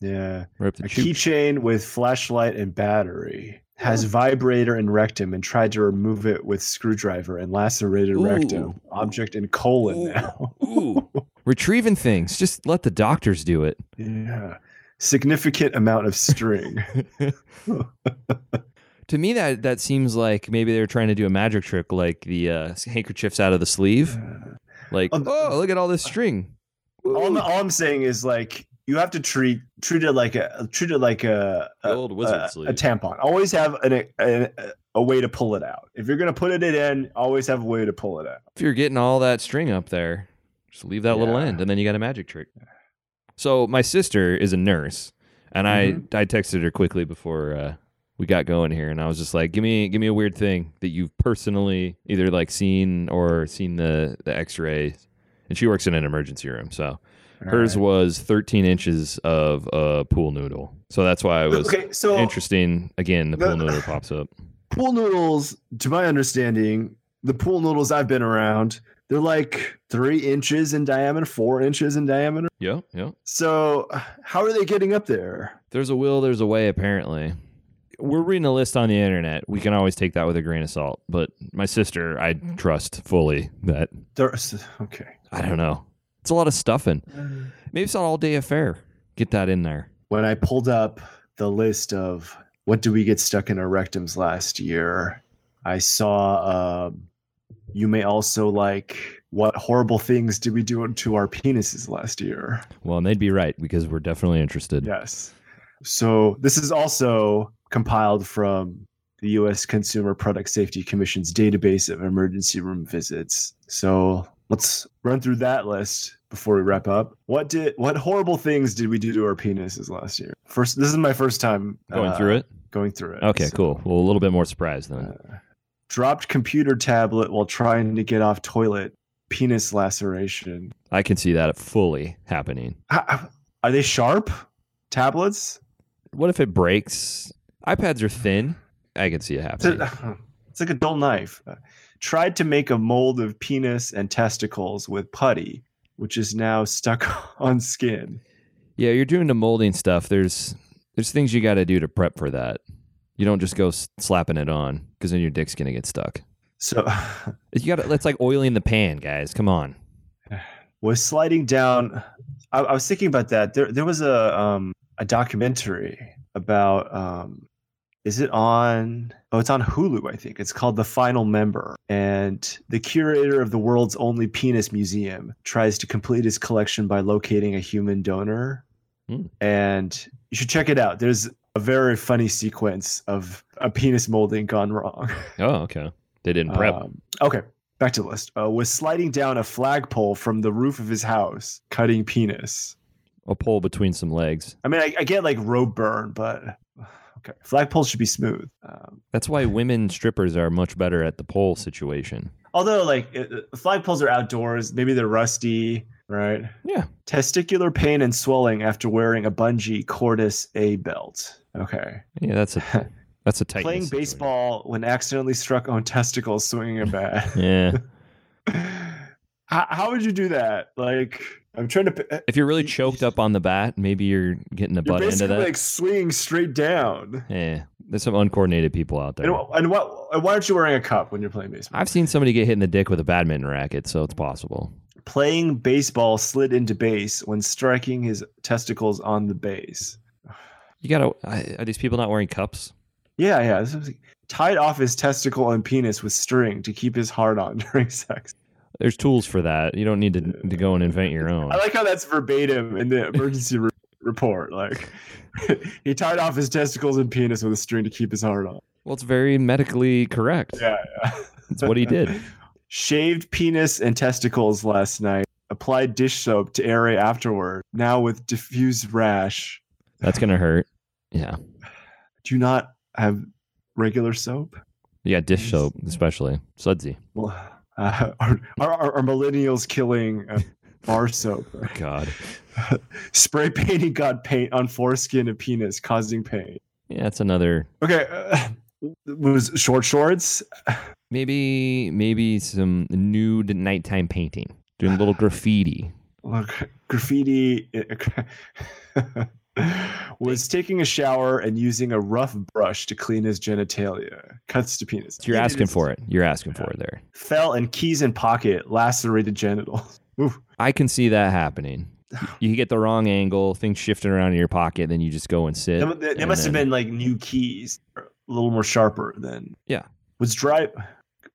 Speaker 3: Yeah.
Speaker 4: right up
Speaker 3: A
Speaker 4: the chute.
Speaker 3: keychain with flashlight and battery has vibrator and rectum and tried to remove it with screwdriver and lacerated
Speaker 4: Ooh.
Speaker 3: rectum. Object in colon
Speaker 4: Ooh.
Speaker 3: now.
Speaker 4: Ooh, retrieving things. Just let the doctors do it.
Speaker 3: yeah. Significant amount of string.
Speaker 4: To me, that that seems like maybe they were trying to do a magic trick, like the uh, handkerchiefs out of the sleeve. Like,
Speaker 3: Um,
Speaker 4: oh, look at all this string.
Speaker 3: all, I'm,
Speaker 4: Ooh,
Speaker 3: all I'm saying is like you have to treat treat it like a treat it like a
Speaker 4: the
Speaker 3: a,
Speaker 4: old wizard
Speaker 3: a,
Speaker 4: sleeve.
Speaker 3: a tampon. Always have an, a, a a way to pull it out. If you're gonna put it in, always have a way to pull it out.
Speaker 4: if you're getting all that string up there, just leave that little
Speaker 3: Yeah.
Speaker 4: end, and then you got a magic trick. So my sister is a nurse, and
Speaker 3: Mm-hmm.
Speaker 4: I I texted her quickly before uh, we got going here, and I was just like, "Give me give me a weird thing that you've personally either like seen or seen the the X ray." And she works in an emergency room, so hers
Speaker 3: All
Speaker 4: was 13 inches of a pool noodle. So that's why it
Speaker 3: right.
Speaker 4: was
Speaker 3: okay. So
Speaker 4: interesting. Again, the pool
Speaker 3: The-
Speaker 4: noodle pops up.
Speaker 3: pool noodles, to my understanding, the pool noodles I've been around, they're like three inches in diameter, four inches in diameter.
Speaker 4: Yeah, yeah.
Speaker 3: So uh, how are they getting up there?
Speaker 4: There's a will, there's a way, apparently. We're reading a list on the internet. We can always take that with a grain of salt. But my sister, I trust fully that
Speaker 3: There- s- okay.
Speaker 4: I don't know. It's a lot of stuffing. Maybe it's an all day affair. Get that in there.
Speaker 3: When I pulled up the list of what do we get stuck in our rectums last year, I saw um, you may also like what horrible things did we do to our penises last year?
Speaker 4: Well, and they'd be right because we're definitely interested.
Speaker 3: Yes. So this is also compiled from the U.S. Consumer Product Safety Commission's database of emergency room visits. So let's run through that list before we wrap up. What did what horrible things did we do to our penises last year? First, this is my first time uh,
Speaker 4: Going through it.
Speaker 3: Going through it.
Speaker 4: Okay,
Speaker 3: So,
Speaker 4: cool. Well, a little bit more surprised then.
Speaker 3: Dropped computer tablet while trying to get off toilet. Penis laceration.
Speaker 4: I can see that fully happening.
Speaker 3: Ha- Are they sharp tablets?
Speaker 4: What if it breaks? iPads are thin. I can see it
Speaker 3: It's,
Speaker 4: happening.
Speaker 3: a, it's like a dull knife. Uh, tried to make a mold of penis and testicles with putty, which is now stuck on skin.
Speaker 4: Yeah, you're doing the molding stuff. There's there's things you got to do to prep for that. You don't just go s- slapping it on because then your dick's gonna get stuck.
Speaker 3: So,
Speaker 4: You got to. That's like oiling the pan, guys. Come on.
Speaker 3: was sliding down. I, I was thinking about that. There, there was a um, a documentary about. Um, is it on? Oh, it's on Hulu, I think. It's called The Final Member. And the curator of the world's only penis museum tries to complete his collection by locating a human donor.
Speaker 4: Hmm.
Speaker 3: And you should check it out. There's a very funny sequence of a penis molding gone wrong.
Speaker 4: Oh, okay. They didn't prep.
Speaker 3: Um, okay. back to the list. Uh, was sliding down a flagpole from the roof of his house, cutting penis.
Speaker 4: A pole between some legs.
Speaker 3: I mean, I, I get like road burn, but okay, flagpoles should be smooth. Um,
Speaker 4: That's why women strippers are much better at the pole situation.
Speaker 3: although, like it, uh, flagpoles are outdoors, maybe they're rusty, right?
Speaker 4: Yeah.
Speaker 3: Testicular pain and swelling after wearing a bungee cordis A belt. Okay.
Speaker 4: Yeah, that's a that's a tight
Speaker 3: Playing
Speaker 4: situation.
Speaker 3: baseball when accidentally struck on testicles swinging a bat.
Speaker 4: Yeah.
Speaker 3: how, how would you do that? Like, I'm trying to. p-
Speaker 4: If you're really
Speaker 3: You- you
Speaker 4: choked
Speaker 3: just-
Speaker 4: up on the bat, maybe you're getting the
Speaker 3: You're
Speaker 4: butt end
Speaker 3: basically
Speaker 4: of that.
Speaker 3: like swinging straight down.
Speaker 4: yeah. There's some uncoordinated people out there.
Speaker 3: And, wh- and what? And why aren't you wearing a cup when you're playing baseball?
Speaker 4: I've seen somebody get hit in the dick with a badminton racket, so it's possible.
Speaker 3: Playing baseball slid into base when striking his testicles on the base.
Speaker 4: You gotta. I- Are these people not wearing cups?
Speaker 3: Yeah, yeah. This was- tied off his testicle and penis with string to keep his hard on during sex.
Speaker 4: There's tools for that. You don't need to, to go and invent your own.
Speaker 3: I like how that's verbatim in the emergency re- report. Like, he tied off his testicles and penis with a string to keep his hard on.
Speaker 4: Well, it's very medically correct.
Speaker 3: Yeah, yeah.
Speaker 4: That's what he did.
Speaker 3: Shaved penis and testicles last night. Applied dish soap to area afterward. Now with diffused rash.
Speaker 4: That's gonna hurt. Yeah.
Speaker 3: Do you not have regular soap?
Speaker 4: Yeah, dish soap, especially sudsy.
Speaker 3: Well, uh, are, are, are are millennials killing uh, bar soap?
Speaker 4: God.
Speaker 3: Spray painting got paint on foreskin and penis, causing pain.
Speaker 4: Yeah, that's another
Speaker 3: Okay. Uh, was short shorts?
Speaker 4: Maybe maybe some nude nighttime painting, doing a little graffiti.
Speaker 3: Look, graffiti was taking a shower and using a rough brush to clean his genitalia. Cuts to penis.
Speaker 4: You're asking for it. You're asking for it there.
Speaker 3: Fell and keys in pocket, lacerated genitals. Oof.
Speaker 4: I can see that happening. You get the wrong angle, things shifting around in your pocket, then you just go and sit.
Speaker 3: They, they- they
Speaker 4: and
Speaker 3: must have
Speaker 4: then-
Speaker 3: been like new keys, a little more sharper than.
Speaker 4: Yeah.
Speaker 3: Was drive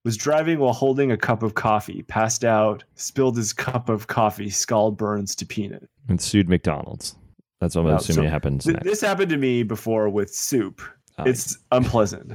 Speaker 3: was driving while holding a cup of coffee. Passed out, spilled his cup of coffee. Scald burns to peanut.
Speaker 4: and sued McDonald's. That's what I'm
Speaker 3: No,
Speaker 4: assuming
Speaker 3: so-
Speaker 4: happens
Speaker 3: Th-
Speaker 4: next.
Speaker 3: this happened to me before with soup.
Speaker 4: Uh,
Speaker 3: It's unpleasant.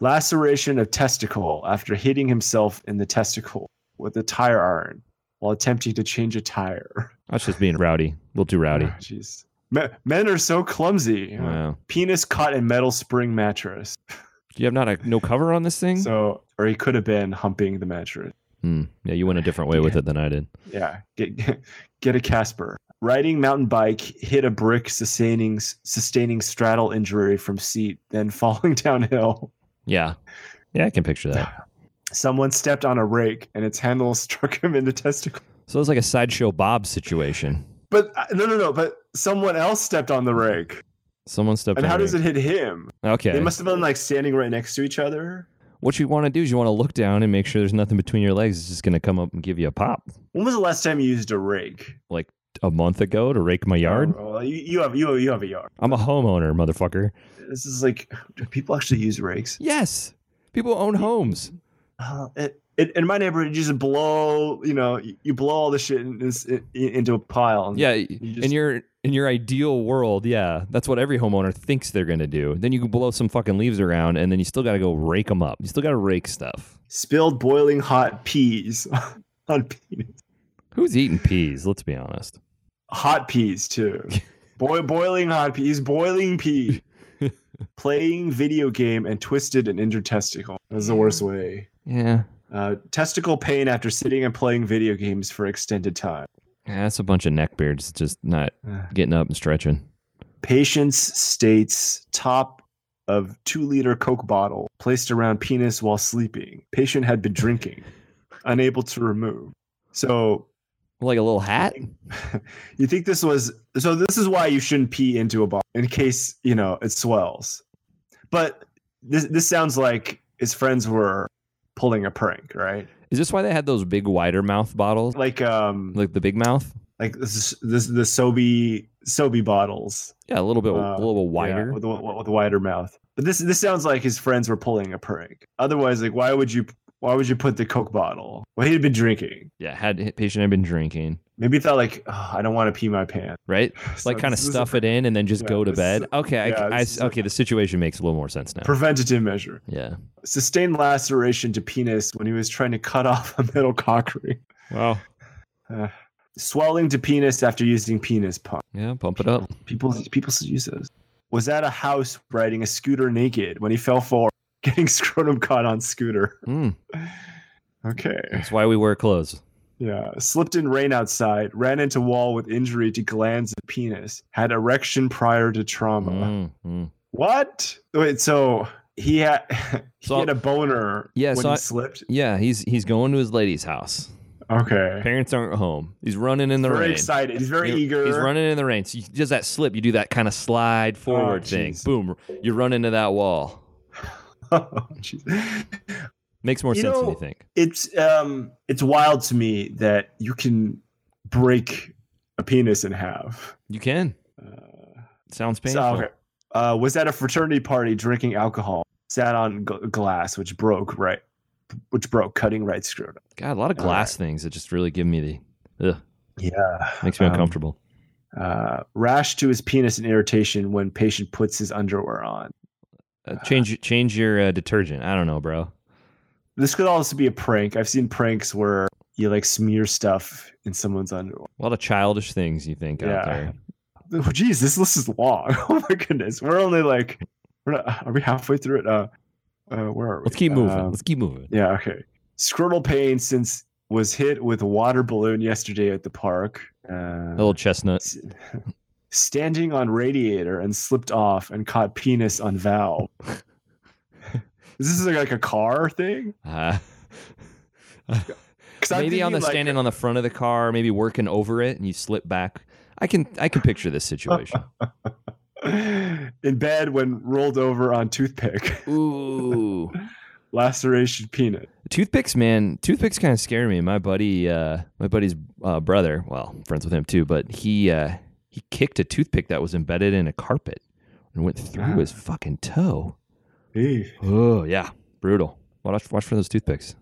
Speaker 3: Laceration of testicle after hitting himself in the testicle with a tire iron while attempting to change a tire.
Speaker 4: that's just being rowdy. We'll do rowdy.
Speaker 3: Ah, Jeez. Me- Men are so clumsy.
Speaker 4: Wow.
Speaker 3: Penis caught in metal spring mattress.
Speaker 4: Do you have not a no cover on this thing?
Speaker 3: So, or he could have been humping the mattress.
Speaker 4: Hmm. Yeah, you went a different way with it than I did.
Speaker 3: Yeah. Get get a Casper. Riding mountain bike hit a brick, sustaining sustaining straddle injury from seat, then falling downhill.
Speaker 4: Yeah. Yeah, I can picture that.
Speaker 3: Someone stepped on a rake and its handle struck him in the testicle.
Speaker 4: So it's like a sideshow Bob situation.
Speaker 3: But uh, no, no, no. But someone else stepped on the rake.
Speaker 4: Someone stepped
Speaker 3: And
Speaker 4: on
Speaker 3: how
Speaker 4: your-
Speaker 3: does it hit him?
Speaker 4: Okay.
Speaker 3: They must have been like standing right next to each other.
Speaker 4: What you want to do is you want to look down and make sure there's nothing between your legs. It's just going to come up and give you a pop.
Speaker 3: When was the last time you used a rake?
Speaker 4: A month ago to rake my yard.
Speaker 3: Oh, well, you, you have you, you have a yard.
Speaker 4: I'm a homeowner, motherfucker.
Speaker 3: This is like, do people actually use rakes?
Speaker 4: Yes. People own homes.
Speaker 3: Uh, it, it, in my neighborhood, you just blow. You know, you, you blow all the shit in, in, into a pile. and-
Speaker 4: Yeah.
Speaker 3: just-
Speaker 4: in your in your ideal world, yeah, that's what every homeowner thinks they're going to do. Then you can blow some fucking leaves around and then you still got to go rake them up. You still got to rake stuff.
Speaker 3: Spilled boiling hot peas on penis.
Speaker 4: Who's eating peas? Let's be honest.
Speaker 3: hot peas too. Boy, boiling hot peas, boiling pea. Playing video game and twisted an intertesticle. That's the worst way.
Speaker 4: Yeah.
Speaker 3: Uh, testicle pain after sitting and playing video games for extended time.
Speaker 4: Yeah, that's a bunch of neckbeards just not
Speaker 3: Ugh.
Speaker 4: getting up and stretching.
Speaker 3: Patients states top of two liter Coke bottle placed around penis while sleeping. Patient had been drinking, unable to remove. So
Speaker 4: Like a little hat?
Speaker 3: you think this was so this is why you shouldn't pee into a bottle in case you know it swells but this this sounds like his friends were pulling a prank right
Speaker 4: Is this why they had those big wider mouth bottles?
Speaker 3: like um like,
Speaker 4: Like the big mouth?
Speaker 3: this this the sobe sobe bottles
Speaker 4: Yeah, a little bit,
Speaker 3: Uh,
Speaker 4: a little
Speaker 3: yeah,
Speaker 4: bit wider.
Speaker 3: with, a, with a wider mouth but this this sounds like his friends were pulling a prank otherwise like why would you Why would you put the Coke bottle? Well, he had been drinking.
Speaker 4: Yeah, had patient had been drinking,
Speaker 3: Maybe he thought like, oh, I don't want to pee my pants.
Speaker 4: right?
Speaker 3: So
Speaker 4: like kind of
Speaker 3: this is a
Speaker 4: stuff it in and then just
Speaker 3: yeah,
Speaker 4: go to
Speaker 3: this
Speaker 4: bed.
Speaker 3: is
Speaker 4: okay, I-
Speaker 3: yeah,
Speaker 4: I,
Speaker 3: this is a-
Speaker 4: okay, the situation makes a little more sense now.
Speaker 3: preventative measure.
Speaker 4: Yeah.
Speaker 3: Sustained laceration to penis when he was trying to cut off a metal cock ring.
Speaker 4: Wow.
Speaker 3: Swelling to penis after using penis pump.
Speaker 4: Yeah, pump it up.
Speaker 3: People people still use those. Was at a house riding a scooter naked when he fell forward, getting scrotum caught on scooter.
Speaker 4: Mm,
Speaker 3: Okay.
Speaker 4: that's why we wear clothes.
Speaker 3: Yeah. Slipped in rain outside, ran into wall with injury to glands and penis, had erection prior to trauma.
Speaker 4: Mm, mm.
Speaker 3: What? Wait, so he had he
Speaker 4: So-
Speaker 3: had a boner
Speaker 4: Yeah,
Speaker 3: when
Speaker 4: so
Speaker 3: he
Speaker 4: I-
Speaker 3: slipped.
Speaker 4: Yeah, he's he's going to his lady's house.
Speaker 3: Okay.
Speaker 4: Parents aren't home. He's running in the
Speaker 3: very
Speaker 4: rain.
Speaker 3: excited. He's very
Speaker 4: You're-
Speaker 3: eager. Oh,
Speaker 4: He's running in the rain. So you does that slip. You do that kind of slide forward thing.
Speaker 3: jeez.
Speaker 4: Boom. You run into that wall.
Speaker 3: Oh, jeez.
Speaker 4: Makes more
Speaker 3: You
Speaker 4: sense than
Speaker 3: know-
Speaker 4: you think.
Speaker 3: it's um it's wild to me that you can break a penis in half.
Speaker 4: You can.
Speaker 3: Uh,
Speaker 4: Sounds
Speaker 3: so,
Speaker 4: painful.
Speaker 3: okay. Uh, was at a fraternity party drinking alcohol. Sat on gl- glass, which broke right, which broke, cutting right scrotum.
Speaker 4: God, a lot of
Speaker 3: All
Speaker 4: glass things that just really give me the ugh,
Speaker 3: Yeah,
Speaker 4: makes me
Speaker 3: Um,
Speaker 4: uncomfortable.
Speaker 3: Uh, rash to his penis and irritation when patient puts his underwear on.
Speaker 4: Uh, change change your uh, detergent. I don't know, bro.
Speaker 3: This could also be a prank. I've seen pranks where you like smear stuff in someone's underwear.
Speaker 4: A lot of childish things you think out
Speaker 3: Yeah.
Speaker 4: there.
Speaker 3: Oh, geez, this list is long. Oh my goodness, we're only like, we're not, are we halfway through it? Uh, uh, where are we?
Speaker 4: Let's keep moving.
Speaker 3: Um,
Speaker 4: Let's keep moving.
Speaker 3: yeah, okay. Scrotal pain since was hit with a water balloon yesterday at the park.
Speaker 4: A
Speaker 3: Uh,
Speaker 4: little chestnut.
Speaker 3: s- standing on radiator and slipped off and caught penis on valve. is this like a car thing?
Speaker 4: Uh,
Speaker 3: 'Cause I'm
Speaker 4: maybe on the
Speaker 3: thinking, like,
Speaker 4: standing on the front of the car, maybe working over it, and you slip back. I can I can picture this situation.
Speaker 3: in bed when rolled over on toothpick.
Speaker 4: Ooh.
Speaker 3: Laceration peanut.
Speaker 4: toothpicks man toothpicks kind of scare me my buddy uh my buddy's uh, brother well I'm friends with him too but he uh he kicked a toothpick that was embedded in a carpet and went through
Speaker 3: Ah.
Speaker 4: his fucking toe
Speaker 3: Ew.
Speaker 4: oh yeah brutal watch watch for those toothpicks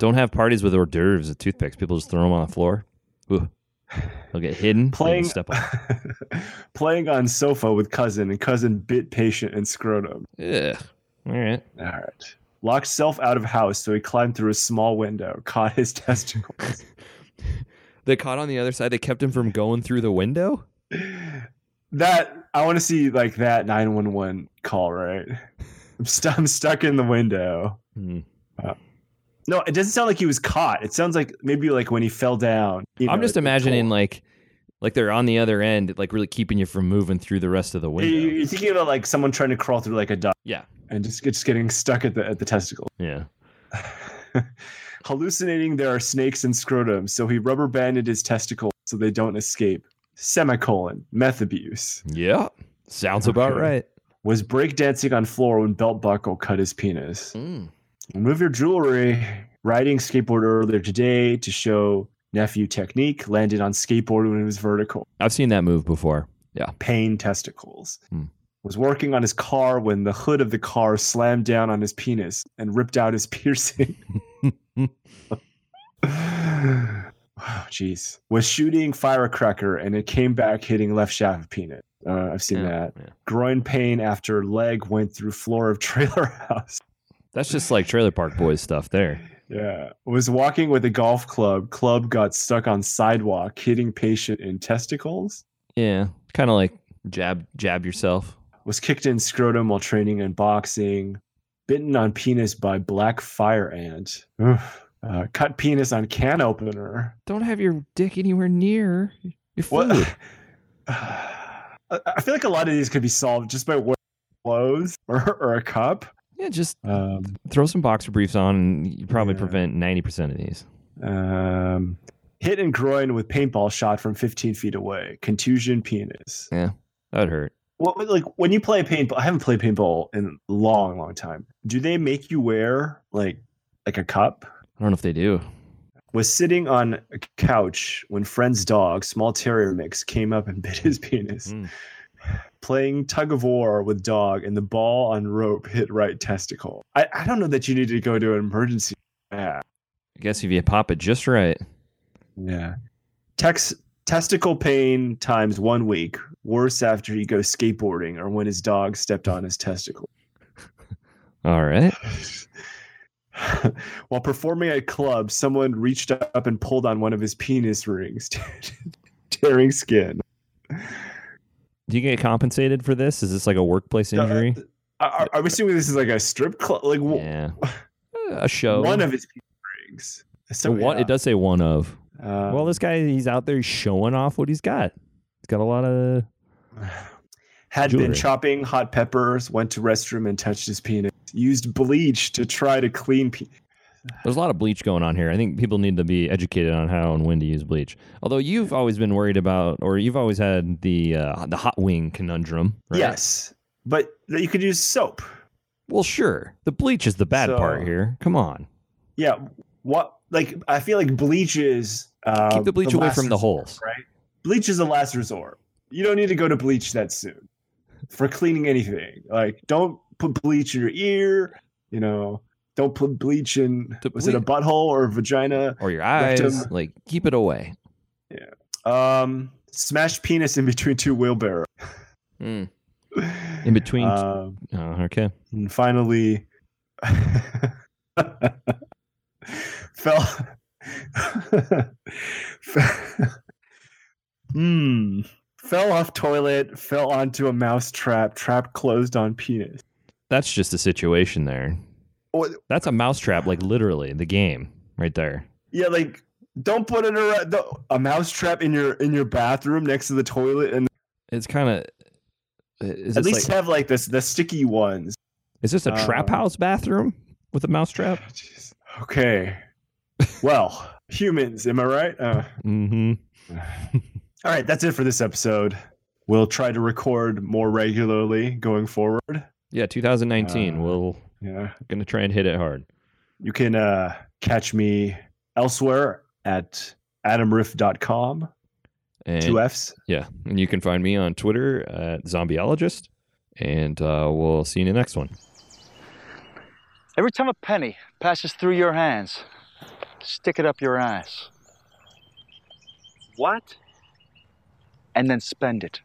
Speaker 4: don't have parties with hors d'oeuvres of toothpicks people just throw them on the floor Ooh. they'll get hidden
Speaker 3: Playing-
Speaker 4: they'll step on
Speaker 3: Playing on sofa with cousin and cousin bit patient and scrotum.
Speaker 4: Ugh. all right
Speaker 3: All right. Locked self out of house, so he climbed through a small window, caught his testicles.
Speaker 4: they caught on the other side they kept him from going through the window
Speaker 3: that I want to see like that nine one one call. Right, I'm, stu I'm stuck in the window.
Speaker 4: Hmm.
Speaker 3: No, it doesn't sound like he was caught. It sounds like maybe like when he fell down. you
Speaker 4: I'm
Speaker 3: know,
Speaker 4: just
Speaker 3: it- it
Speaker 4: imagining
Speaker 3: tore-
Speaker 4: like like they're on the other end, like really keeping you from moving through the rest of the window.
Speaker 3: You- You're thinking about like someone trying to crawl through like a duck.
Speaker 4: Yeah.
Speaker 3: And just just getting stuck at the at the testicle.
Speaker 4: yeah.
Speaker 3: Hallucinating there are snakes and scrotum, so he rubber banded his testicle so they don't escape. Semicolon meth abuse
Speaker 4: Yeah. Sounds about
Speaker 3: Okay.
Speaker 4: right.
Speaker 3: was breakdancing on floor when belt buckle cut his penis.
Speaker 4: Mm.
Speaker 3: Remove your jewelry. Riding skateboard earlier today to show nephew technique landed on skateboard when it was vertical.
Speaker 4: I've seen that move before.
Speaker 3: pain testicles.
Speaker 4: Hmm.
Speaker 3: Was working on his car when the hood of the car slammed down on his penis and ripped out his piercing. Wow, Jeez. Was shooting firecracker and it came back hitting left shaft of penis. Uh, I've seen
Speaker 4: Yeah,
Speaker 3: that.
Speaker 4: yeah.
Speaker 3: Groin pain after leg went through floor of trailer house.
Speaker 4: That's just like Trailer Park Boys stuff there.
Speaker 3: Yeah. Was walking with a golf club. Club got stuck on sidewalk, hitting patient in testicles.
Speaker 4: Yeah. Kind of like jab jab yourself.
Speaker 3: was kicked in scrotum while training in boxing, bitten on penis by black fire ant, Oof. Uh, cut penis on can opener.
Speaker 4: Don't have your dick anywhere near your
Speaker 3: What?
Speaker 4: food.
Speaker 3: I I feel like a lot of these could be solved just by wearing clothes or, or a cup.
Speaker 4: Yeah, just
Speaker 3: Um,
Speaker 4: throw some boxer briefs on and you probably
Speaker 3: Yeah.
Speaker 4: prevent 90% of these.
Speaker 3: um, hit in groin with paintball shot from 15 feet away. Contusion penis.
Speaker 4: That would hurt.
Speaker 3: What like when you play paintball? I haven't played paintball in a long, long time. Do they make you wear like like a cup?
Speaker 4: I don't know if they do.
Speaker 3: was sitting on a couch when friend's dog, small terrier mix, came up and bit his penis.
Speaker 4: Mm.
Speaker 3: Playing tug of war with dog and the ball on rope hit right testicle. I, I don't know that you need to go to an emergency
Speaker 4: I guess if you pop it just right,
Speaker 3: Yeah. Tex- testicle pain times one week. Worse after he goes skateboarding or when his dog stepped on his testicle.
Speaker 4: all right.
Speaker 3: While performing at a club, someone reached up and pulled on one of his penis rings, tearing skin.
Speaker 4: Do you get compensated for this? Is this like a workplace
Speaker 3: Uh,
Speaker 4: injury?
Speaker 3: I- I- I'm assuming this is like a strip club, like w-
Speaker 4: yeah, Uh, a show.
Speaker 3: one of his penis rings. So
Speaker 4: one,
Speaker 3: yeah.
Speaker 4: It does say one of.
Speaker 3: Um,
Speaker 4: well, this guy, he's out there showing off what he's got. He's got a lot of.
Speaker 3: had
Speaker 4: Jewelry.
Speaker 3: been chopping hot peppers, went to restroom and touched his penis. Used bleach to try to clean. Pe-
Speaker 4: There's a lot of bleach going on here. I think people need to be educated on how and when to use bleach. Although you've always been worried about, or you've always had the uh, the hot wing conundrum. Right?
Speaker 3: Yes, but you could use soap.
Speaker 4: Well, sure. The bleach is the bad
Speaker 3: So-
Speaker 4: part here. Come on,
Speaker 3: Yeah. What? Like I feel like bleach is uh,
Speaker 4: keep the bleach away
Speaker 3: last
Speaker 4: from the
Speaker 3: resort,
Speaker 4: holes.
Speaker 3: Right. Bleach is the last resort. You don't need to go to bleach that soon for cleaning anything. Like don't put bleach in your ear. You know, don't put bleach in.
Speaker 4: The
Speaker 3: was it a
Speaker 4: ble-
Speaker 3: butthole or a vagina?
Speaker 4: Or your eyes,
Speaker 3: Rectum.
Speaker 4: like keep it away.
Speaker 3: Um, smashed penis in between two wheelbarrows.
Speaker 4: Mm. In between,
Speaker 3: Um,
Speaker 4: oh, okay.
Speaker 3: And finally, fell. Hmm. Fell off toilet, fell onto a mouse trap, trap closed on penis.
Speaker 4: That's just a situation there.
Speaker 3: Or,
Speaker 4: That's a mousetrap, like literally the game right there.
Speaker 3: yeah, like don't put it around, do a mouse trap in your in your bathroom next to the toilet, and
Speaker 4: It's kind of. Is
Speaker 3: at
Speaker 4: this
Speaker 3: least
Speaker 4: like,
Speaker 3: have like this the sticky ones.
Speaker 4: is this a trap
Speaker 3: um,
Speaker 4: house bathroom with a mousetrap?
Speaker 3: Jeez. Okay. Well, humans, am I right? Uh,
Speaker 4: Mm-hmm.
Speaker 3: All right, that's it for this episode. We'll try to record more regularly going forward.
Speaker 4: Yeah, 2019.
Speaker 3: Uh,
Speaker 4: we'll
Speaker 3: Yeah.
Speaker 4: gonna try and hit it hard.
Speaker 3: You can uh, catch me elsewhere at adamriff.com.
Speaker 4: And
Speaker 3: Two F's.
Speaker 4: yeah, and you can find me on Twitter at zombieologist, and uh, we'll see you in the next one.
Speaker 1: Every time a penny passes through your hands, stick it up your ass. What? And then spend it.